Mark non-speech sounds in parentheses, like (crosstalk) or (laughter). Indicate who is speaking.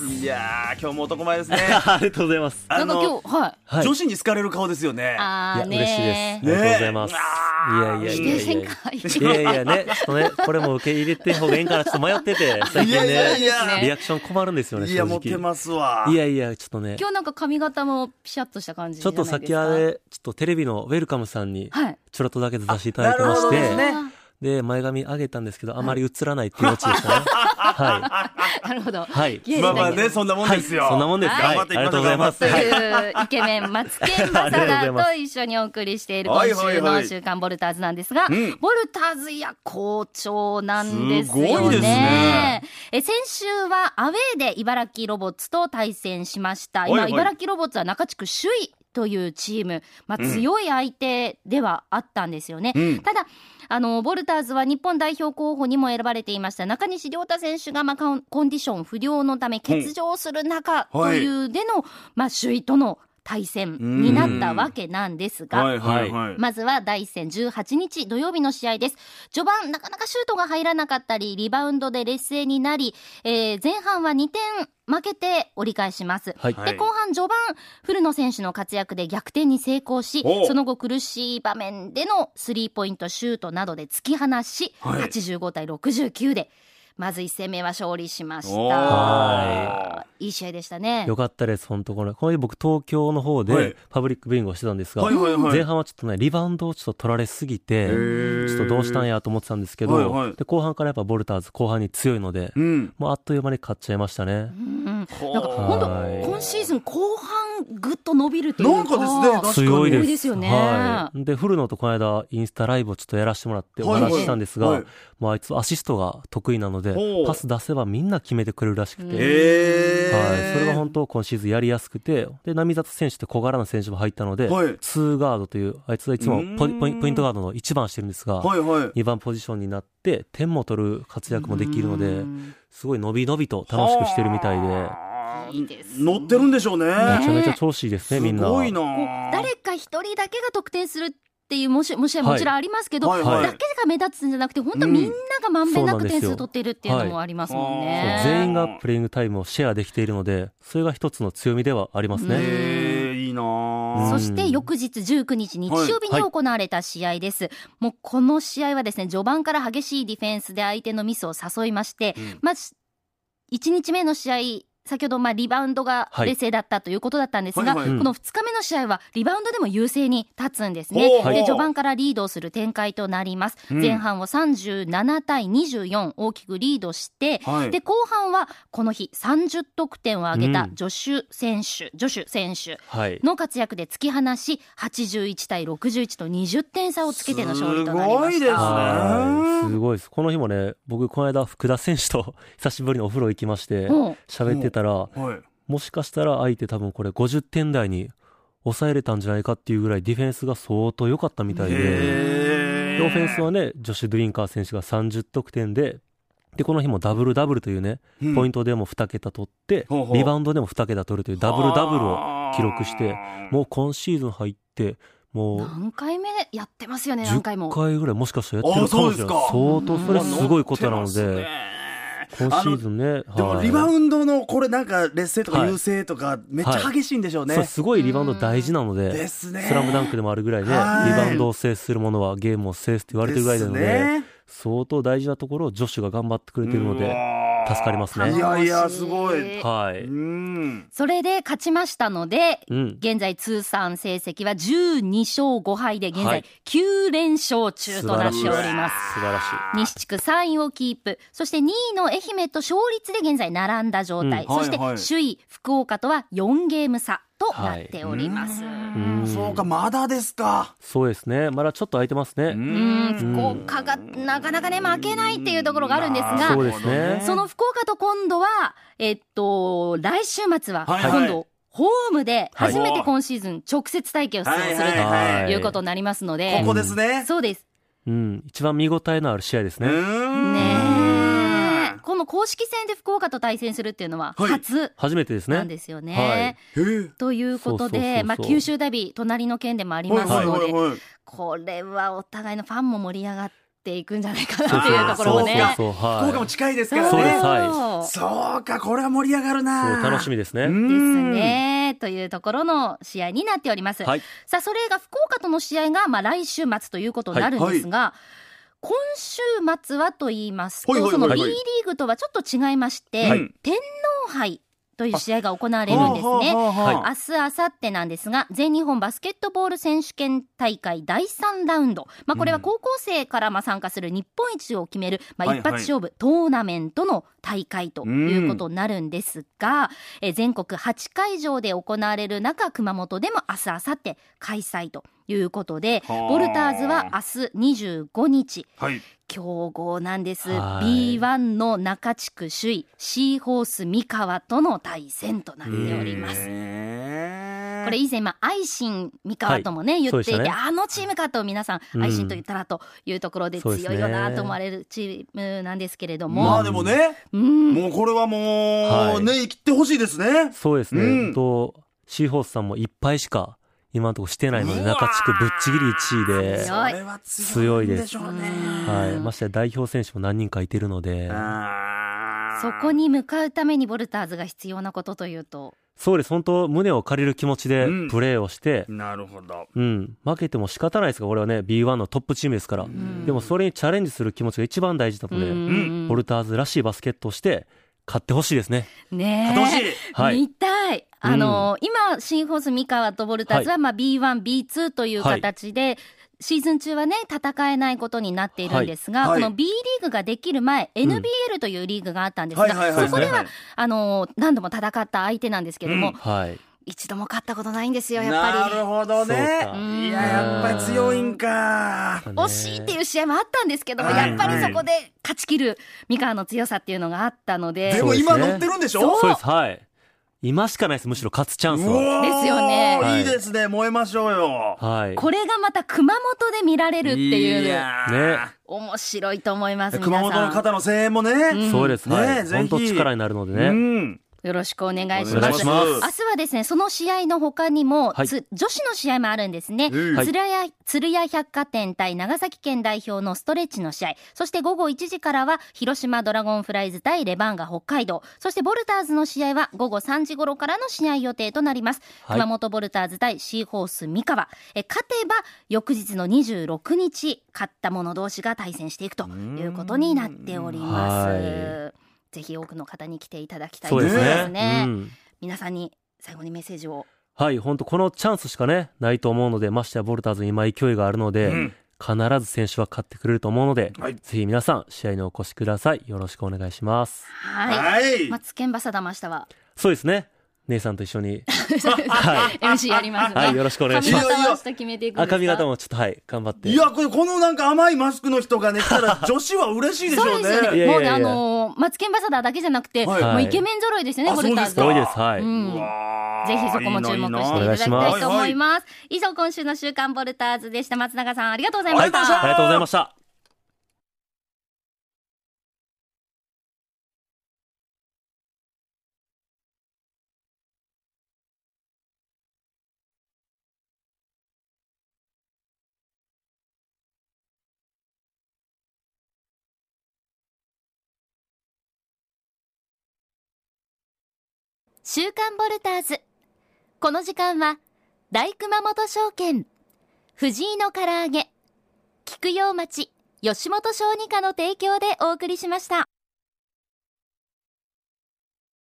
Speaker 1: いやー今日も男前ですね
Speaker 2: ありがとうございます。
Speaker 1: あ
Speaker 3: なんか今
Speaker 1: の
Speaker 3: 日、はい。
Speaker 2: はい。
Speaker 1: 女子に好かれる顔ですよね
Speaker 3: あー
Speaker 2: いや嬉しいです。あ
Speaker 3: ね
Speaker 2: りがとうございます。
Speaker 1: ね
Speaker 2: いやいや
Speaker 3: ー。
Speaker 2: い
Speaker 3: 指
Speaker 2: や
Speaker 3: 定
Speaker 2: いや
Speaker 3: 戦
Speaker 2: いや。
Speaker 3: 会。
Speaker 2: いやいやね、ちょっとね、これも受け入れて方がいいんかな、ちょっと迷っ
Speaker 1: (laughs)
Speaker 2: てて、最近
Speaker 1: いやい
Speaker 2: ね、
Speaker 1: やいや
Speaker 2: リアクション困るんですよね、
Speaker 1: い
Speaker 2: 正
Speaker 1: やモテ
Speaker 2: 直。
Speaker 1: ますわ
Speaker 2: いやいや、ちょっとね、
Speaker 3: 今日なんか髪型もピシャッとした感じ
Speaker 2: ちょっと先あ
Speaker 3: れ
Speaker 2: れ、ちょっとテレビのウェルカムさんに、
Speaker 3: はい。
Speaker 2: ちょろっとだけ出させていただいてまし
Speaker 1: あなるほど
Speaker 2: て、
Speaker 1: ね
Speaker 3: あ
Speaker 2: で、前髪上げたんですけど、あまり映らないっていうオチでしたね。は
Speaker 3: ーなるほど。
Speaker 2: い。
Speaker 3: (laughs)
Speaker 2: はい。
Speaker 3: いやいや
Speaker 1: まあまあねそんなもん
Speaker 2: はい、
Speaker 1: ですよ、
Speaker 2: そんなもんです。は
Speaker 1: 頑
Speaker 2: い。
Speaker 1: 張
Speaker 2: あ
Speaker 1: っ
Speaker 2: り
Speaker 1: ていきましょう
Speaker 2: がとうございます。
Speaker 3: と
Speaker 2: はい。
Speaker 3: いうイケメン、マツケンマサ
Speaker 2: ありがとうござ
Speaker 3: ラ
Speaker 2: いま
Speaker 3: と一緒にお送りしている今
Speaker 1: はい
Speaker 3: 週
Speaker 1: はいは
Speaker 3: の
Speaker 1: い
Speaker 3: 週刊ボルターズなんですが、
Speaker 1: うん
Speaker 3: ボルターズいや好調なんですよね。
Speaker 1: すごいですね
Speaker 3: え先週はアウェーで茨城ロボッツと対戦しました。
Speaker 1: は
Speaker 3: 今、
Speaker 1: いはい
Speaker 3: 茨城ロボッツは中地区首位というチーム、まあ、
Speaker 1: うん
Speaker 3: 強い相手ではあったんですよね。
Speaker 1: うん
Speaker 3: ただあの、ボルターズは日本代表候補にも選ばれていました中西亮太選手が、まあ、コンコンディション不良のため欠場する中
Speaker 1: うんは
Speaker 3: と
Speaker 1: い
Speaker 3: いうでの、まあ、首位との対戦になったわけなんですが、
Speaker 1: はいはいはい、
Speaker 3: まずは第1戦18日土曜日の試合です。序盤、なかなかシュートが入らなかったり、リバウンドで劣勢になり、えー前半は2点負けて折り返します。
Speaker 2: はい。
Speaker 1: は
Speaker 3: で
Speaker 1: い
Speaker 3: 後半序盤、古野選手の活躍で逆転に成功し
Speaker 1: おう、
Speaker 3: その後苦しい場面でのスリーポイントシュートなどで突き放し、
Speaker 1: はい
Speaker 3: 85対69で、まず1戦目は勝利しまし
Speaker 1: おー
Speaker 3: た
Speaker 1: はい
Speaker 3: い試合でしたね
Speaker 2: よ。かったです、本当これ。この日僕、東京の方
Speaker 1: はい
Speaker 2: でパブリックビューイングをしてたんですが、
Speaker 1: はいはいはい
Speaker 2: 前半はちょっとね、リバウンドをちょっと取られすぎて、ち
Speaker 1: ー
Speaker 2: ょっとどうしたんやと思ってたんですけど、
Speaker 1: はいはい
Speaker 2: で後半からやっぱボルターズ後半に強いので、
Speaker 1: うん
Speaker 2: もうあっという間に勝っちゃいましたね。
Speaker 3: うん
Speaker 1: ほう
Speaker 3: なんか本
Speaker 2: はい
Speaker 3: 当今シーズン後半ぐっと伸びるというか
Speaker 1: なんかですね確かに
Speaker 2: 強いです。
Speaker 3: 強いですよね
Speaker 2: はい。で、古野とこの間、インスタライブをちょっとやらせてもらってお
Speaker 1: はい
Speaker 3: はい
Speaker 2: 話ししたんですが、
Speaker 1: はい
Speaker 2: もうあいつアシストが得意なので
Speaker 1: ほう、
Speaker 2: パス出せばみんな決めてくれるらしく
Speaker 3: うん
Speaker 2: て、
Speaker 1: えー、
Speaker 2: はい、それが本当今シーズンやりやすくて、で、並里選手って小柄な選手も入ったので、
Speaker 1: はい
Speaker 2: ツーガードという、あいつはいつもポイ
Speaker 1: うん
Speaker 2: ポインポイントガードの1番してるんですが、
Speaker 1: はいはい
Speaker 2: 2番ポジションになって、点も取る活躍もできるの
Speaker 3: う
Speaker 2: で、
Speaker 3: ん
Speaker 2: すごい伸び伸びと楽しくしてるみたいで、
Speaker 1: はあ
Speaker 3: いいですね
Speaker 1: 乗ってるんでしょうね
Speaker 2: め
Speaker 3: ね
Speaker 2: ちゃめちゃ調子いいですね、みんな。
Speaker 1: すごいな
Speaker 3: こう誰か一人だけが得点するっていうもしもしはもちろんありますけど、
Speaker 1: はいはい
Speaker 3: だけが目立つんじゃなくて本当みんながまんべんなく点数取ってるっていうのもありますもん
Speaker 2: そう
Speaker 3: ね。
Speaker 2: 全員がプレイングタイムをシェアできているので、それが一つの強みではありますね。
Speaker 1: えー、いいな
Speaker 2: うん
Speaker 1: あ
Speaker 3: そして翌日19日日曜日に行われた試合です、もうこの試合はですね序盤から激しいディフェンスで相手のミスを誘いまして、
Speaker 1: うん
Speaker 3: まず1日目の試合先ほどまあリバウンドが
Speaker 2: はい
Speaker 3: 劣勢だったということだったんですが、
Speaker 1: はいはい
Speaker 2: うん
Speaker 3: この2日目の試合はリバウンドでも優勢に立つんですね。
Speaker 1: ほうほう
Speaker 3: で序盤からリードをする展開となります。
Speaker 1: うん
Speaker 3: 前半を37対24大きくリードして、
Speaker 1: はい
Speaker 3: で後半はこの日30得点を挙げた
Speaker 2: うん
Speaker 3: ジョシュ選手、ジョシュ選手
Speaker 2: はい。
Speaker 3: の活躍で突き放し81対61と20点差をつけての勝利となりまし
Speaker 1: すごいです
Speaker 3: た。
Speaker 1: ね
Speaker 2: はいすごいです。この日もね、僕、この間、福田選手と (laughs) 久しぶりにお風呂行きまして、
Speaker 3: うん
Speaker 2: 喋ってたら、
Speaker 1: はい
Speaker 2: もしかしたら相手多分これ50点台に抑えれたんじゃないかっていうぐらいディフェンスが相当良かったみたいで、
Speaker 1: え
Speaker 2: でオフェンスはね、ジョシュ・ドゥリンカー選手が30得点で、で、この日もダブルダブルというね、ポイン
Speaker 1: ト
Speaker 2: トでも2桁取って
Speaker 1: ほう、ほう
Speaker 2: リバウンドでも2桁取るというダブルダブルを記録して、もう今シーズン入って、もう
Speaker 3: 何回目やってますよね、何回
Speaker 2: 10
Speaker 3: も。
Speaker 2: 回ぐらいもしかしたらやってるかもしれない。
Speaker 1: あ
Speaker 3: そ
Speaker 2: 相
Speaker 3: うですか
Speaker 2: 当それすごいことなの
Speaker 1: 乗って
Speaker 2: で、
Speaker 1: ますね
Speaker 2: 今シーズンね、
Speaker 1: でもリバ
Speaker 2: ン
Speaker 1: ウンドのこれなんか劣勢とか
Speaker 2: はい
Speaker 1: 優勢とかめっちゃ激しいんでしょうね、
Speaker 2: そう、すごいリバウンド大事なので、
Speaker 1: ですね
Speaker 2: スラムダンクでもあるぐらいね、リ
Speaker 1: はい
Speaker 2: バウンドを制する者はゲームを制すって言われてるぐらいなので、相当大事なところを女子が頑張ってくれてるので、助かりますね
Speaker 1: いやいやすごい、
Speaker 2: は
Speaker 1: う
Speaker 2: い。
Speaker 1: ん
Speaker 3: それで勝ちましたので、
Speaker 2: うん。
Speaker 3: 現在通算成績は12勝5敗で、現
Speaker 2: は
Speaker 3: 在
Speaker 2: い
Speaker 3: 9連勝中となっており
Speaker 2: 素晴
Speaker 3: ま
Speaker 2: ら
Speaker 3: す。
Speaker 2: 素晴らしい。
Speaker 3: 西地区3位をキープ、そして2位の愛媛と勝率で現在並んだ状態、
Speaker 2: うん
Speaker 3: そして
Speaker 1: はいはい
Speaker 3: 首位福岡とは4ゲーム差となっております。
Speaker 1: うんそうかまだですか
Speaker 2: そうですね。まだちょっと空いてますね。
Speaker 3: うん、福岡がなかなかね、負けないっていうところがあるんです
Speaker 2: そ
Speaker 3: が
Speaker 2: う、ですね
Speaker 3: その福岡と今度は、えっと、来週末は、
Speaker 1: はいはい
Speaker 3: 今度、ホームで
Speaker 2: はい
Speaker 3: 初めて今シーズン直接体験をする
Speaker 1: はい
Speaker 3: する
Speaker 1: はいはい
Speaker 3: ということになりますので
Speaker 1: こ、こですね、
Speaker 3: そうです。
Speaker 2: うん。一番見応えのある試合です
Speaker 1: う
Speaker 2: ね。
Speaker 1: ん
Speaker 3: ねえこの公式戦で福岡と対戦するっていうのは
Speaker 1: はい
Speaker 3: 初
Speaker 2: 初めてです
Speaker 3: なん
Speaker 2: ね。
Speaker 3: ですよね。
Speaker 2: はい
Speaker 1: え
Speaker 3: ということ
Speaker 2: そうそうそうそ
Speaker 3: で、
Speaker 2: う
Speaker 3: まあ、九州ダビー、隣の県でもありますので、
Speaker 1: はいはいはいはい
Speaker 3: これはお互いのファンも盛り上がっっていくんじゃないかなっていうところもね。
Speaker 2: そうそうそう
Speaker 1: 福岡
Speaker 2: は
Speaker 1: も
Speaker 2: い。
Speaker 1: 近いですか
Speaker 3: そう
Speaker 1: ら
Speaker 2: そうで
Speaker 1: ね
Speaker 2: す。はい
Speaker 1: そうか、これは盛り上がるな。
Speaker 2: そう楽しみですね。
Speaker 1: うん
Speaker 3: ですね。というところの試合になっております。
Speaker 2: はい。
Speaker 3: さあ、それが福岡との試合が、まあ、来週末ということになるんですが、今週末はと言いますと、
Speaker 1: はいはいはい
Speaker 3: その
Speaker 1: は
Speaker 3: B
Speaker 1: い
Speaker 3: リーグとはちょっと違いまして、
Speaker 1: はい
Speaker 3: 天皇杯という試合が行われるんですね。
Speaker 1: ほうほうほうほう
Speaker 3: 明日、明後日なんですが、全日本バスケットボール選手権大会第3ラウンド。まあ、これは高校生からまあ参加する日本一を決める、まあ、
Speaker 1: はい
Speaker 3: 一発勝負、トーナメントの大会ということになるんですが、えー全国8会場で行われる中、熊本でも明日、明後日開催ということで、
Speaker 1: はあ
Speaker 3: ボルターズは明日25日、
Speaker 1: はい。
Speaker 3: 強豪なんです。
Speaker 2: はい
Speaker 3: B1 の中地区首位、シーホース三河との対戦となっております。
Speaker 1: へー
Speaker 3: これ以前、まあ、アイシン三河ともね、言
Speaker 2: そう
Speaker 3: っ
Speaker 2: でしてた
Speaker 3: いて、
Speaker 2: ね
Speaker 3: あのチームかと皆さ、
Speaker 2: うんん
Speaker 3: アイシンと言ったらというところで
Speaker 2: そうです
Speaker 3: 強
Speaker 2: ね
Speaker 3: いよなと思われるチームなんですけれども、
Speaker 1: まあでもね、
Speaker 3: うん、
Speaker 1: もうこれはも
Speaker 2: は
Speaker 1: う、
Speaker 2: い
Speaker 1: ね、生きてほしいですね。
Speaker 2: そうですね。
Speaker 1: うん
Speaker 2: と、シーホースさんもいっぱいしか今のところしてないので、
Speaker 1: うわー
Speaker 2: 中地区ぶっちぎり1位で、
Speaker 3: 強い
Speaker 1: それは強
Speaker 2: 強
Speaker 1: い
Speaker 2: い
Speaker 1: ん
Speaker 2: です
Speaker 1: でしょうね。
Speaker 2: はい。ましてや代表選手も何人かいてるので、
Speaker 1: あー
Speaker 3: そこに向かうためにボルターズが必要なことというと、
Speaker 2: そうです。本当胸を借りる気持ちで
Speaker 1: うん
Speaker 2: プレーをして、
Speaker 1: なるほど。
Speaker 2: うん、負けても仕方ないですが、これはね、B1 のトップチームですから。
Speaker 3: ん
Speaker 2: でもそれにチャレンジする気持ちが一番大事なので、
Speaker 3: うん
Speaker 2: ボルターズらしいバスケットをして、勝ってほしいですね。
Speaker 3: ねえ
Speaker 1: 楽しい。
Speaker 2: はい
Speaker 3: (laughs) 見たい。あのー今、シンフォース三河とボルターズは、まあ、B1、B2 という形で、シーズン中はね、戦えないことになっているんですが、
Speaker 1: はい
Speaker 3: この B リーグができる前、NBL というリーグがあったんですが、
Speaker 1: はいはいはい。
Speaker 3: そこでは、
Speaker 1: はい
Speaker 3: あのー何度も戦った相手なんですけども、
Speaker 1: うん
Speaker 2: はい。
Speaker 3: 一度も勝ったことないんですよ、やっ
Speaker 1: なる
Speaker 3: ぱ
Speaker 1: ほどね
Speaker 2: そうか。
Speaker 1: いや、やっぱり強いんか。
Speaker 3: り。惜しいっていう試合もあったんですけども、
Speaker 1: はい
Speaker 3: やっぱりそこで勝ち切る三河の強さっていうのがあったので、
Speaker 1: で
Speaker 2: そう
Speaker 1: も
Speaker 2: ですね
Speaker 1: 今乗ってるんでしょ
Speaker 2: そうです、はい。今しかないです、むしろ勝つチャンス
Speaker 1: う
Speaker 2: は。
Speaker 1: わー
Speaker 3: ですよね
Speaker 2: はい
Speaker 1: いいですね。燃えましょうよ。
Speaker 2: はい。
Speaker 3: これがまた熊本で見られるっていう、
Speaker 1: や
Speaker 2: ね
Speaker 1: ー。
Speaker 3: 面白いと思います、皆さん。
Speaker 1: 熊本の方の声援もね。
Speaker 2: そうです、は
Speaker 1: ね
Speaker 2: い。
Speaker 1: ぜひ
Speaker 2: 本当力になるので
Speaker 1: う
Speaker 2: ね。
Speaker 1: ん。
Speaker 3: よろしくお願いし
Speaker 2: お
Speaker 3: ま
Speaker 2: 願い
Speaker 3: す。
Speaker 2: し
Speaker 3: 明
Speaker 2: ます
Speaker 3: 日はですね、その試合の他にも、
Speaker 2: はい
Speaker 3: つ女子の試合もあるんですね。
Speaker 1: うんはい
Speaker 3: 鶴屋、鶴屋百貨店対長崎県代表のストレッチの試合。そして午後1時からは、広島ドラゴンフライズ対レバンガ北海道。そしてボルターズの試合は午後3時頃からの試合予定となります。
Speaker 2: はい
Speaker 3: 熊本ボルターズ対シーホース三河。え、勝てば、翌日の26日、勝った者同士が対戦していくということになっております。
Speaker 2: は
Speaker 3: ぜひ多くの方に来ていただきたい
Speaker 2: そう
Speaker 3: で
Speaker 2: ですす
Speaker 3: ね。
Speaker 2: ね。うん
Speaker 3: 皆さんに最後にメッセージを。
Speaker 2: はい、本当このチャンスしかね、ないと思うので、ましてやボルターズに今勢いがあるので、
Speaker 1: うん
Speaker 2: 必ず選手は勝ってくれると思うので、
Speaker 1: はい
Speaker 2: ぜひ皆さん、試合にお越しください。よろしくお願いします。
Speaker 3: はい。
Speaker 1: はい。
Speaker 3: マツケンバサダマシタは
Speaker 2: そうですね。姉さんと一緒
Speaker 3: (laughs)
Speaker 2: に。はい。
Speaker 3: MC やりますね。
Speaker 2: はい、よろしくお願いし
Speaker 3: 髪
Speaker 2: ます。
Speaker 3: 型はちょっと決めていくんですか。
Speaker 2: 赤髪型もちょっとはい、頑張って。
Speaker 1: いや、これ、このなんか甘いマスクの人がね、来た
Speaker 3: (laughs)
Speaker 1: ら女子は嬉しいでし
Speaker 3: そ
Speaker 1: ょ
Speaker 3: う
Speaker 1: う
Speaker 3: ですよ
Speaker 2: い
Speaker 3: ね。
Speaker 1: ね。
Speaker 2: やい
Speaker 3: も
Speaker 2: やい
Speaker 3: うね、
Speaker 2: や
Speaker 3: あのーマツケンバサダだけじゃなくて、
Speaker 1: はい
Speaker 3: もうイケメン揃いですよね、
Speaker 1: あ
Speaker 3: ボルターズ
Speaker 1: そ
Speaker 2: 多
Speaker 1: う
Speaker 2: い
Speaker 3: は。。
Speaker 2: です。はいう
Speaker 3: ん
Speaker 1: うわー
Speaker 3: ぜひそこも注目していただきたいと思います。以上、今週の週刊ボルターズでした。松永さん、ありがとうございま
Speaker 2: は
Speaker 3: し
Speaker 2: い、
Speaker 3: た。
Speaker 2: ありがとうございました。
Speaker 3: 週刊ボルターズ。この時間は、大熊本証券、藤井の唐揚げ、菊陽町、吉本小児科の提供でお送りしました。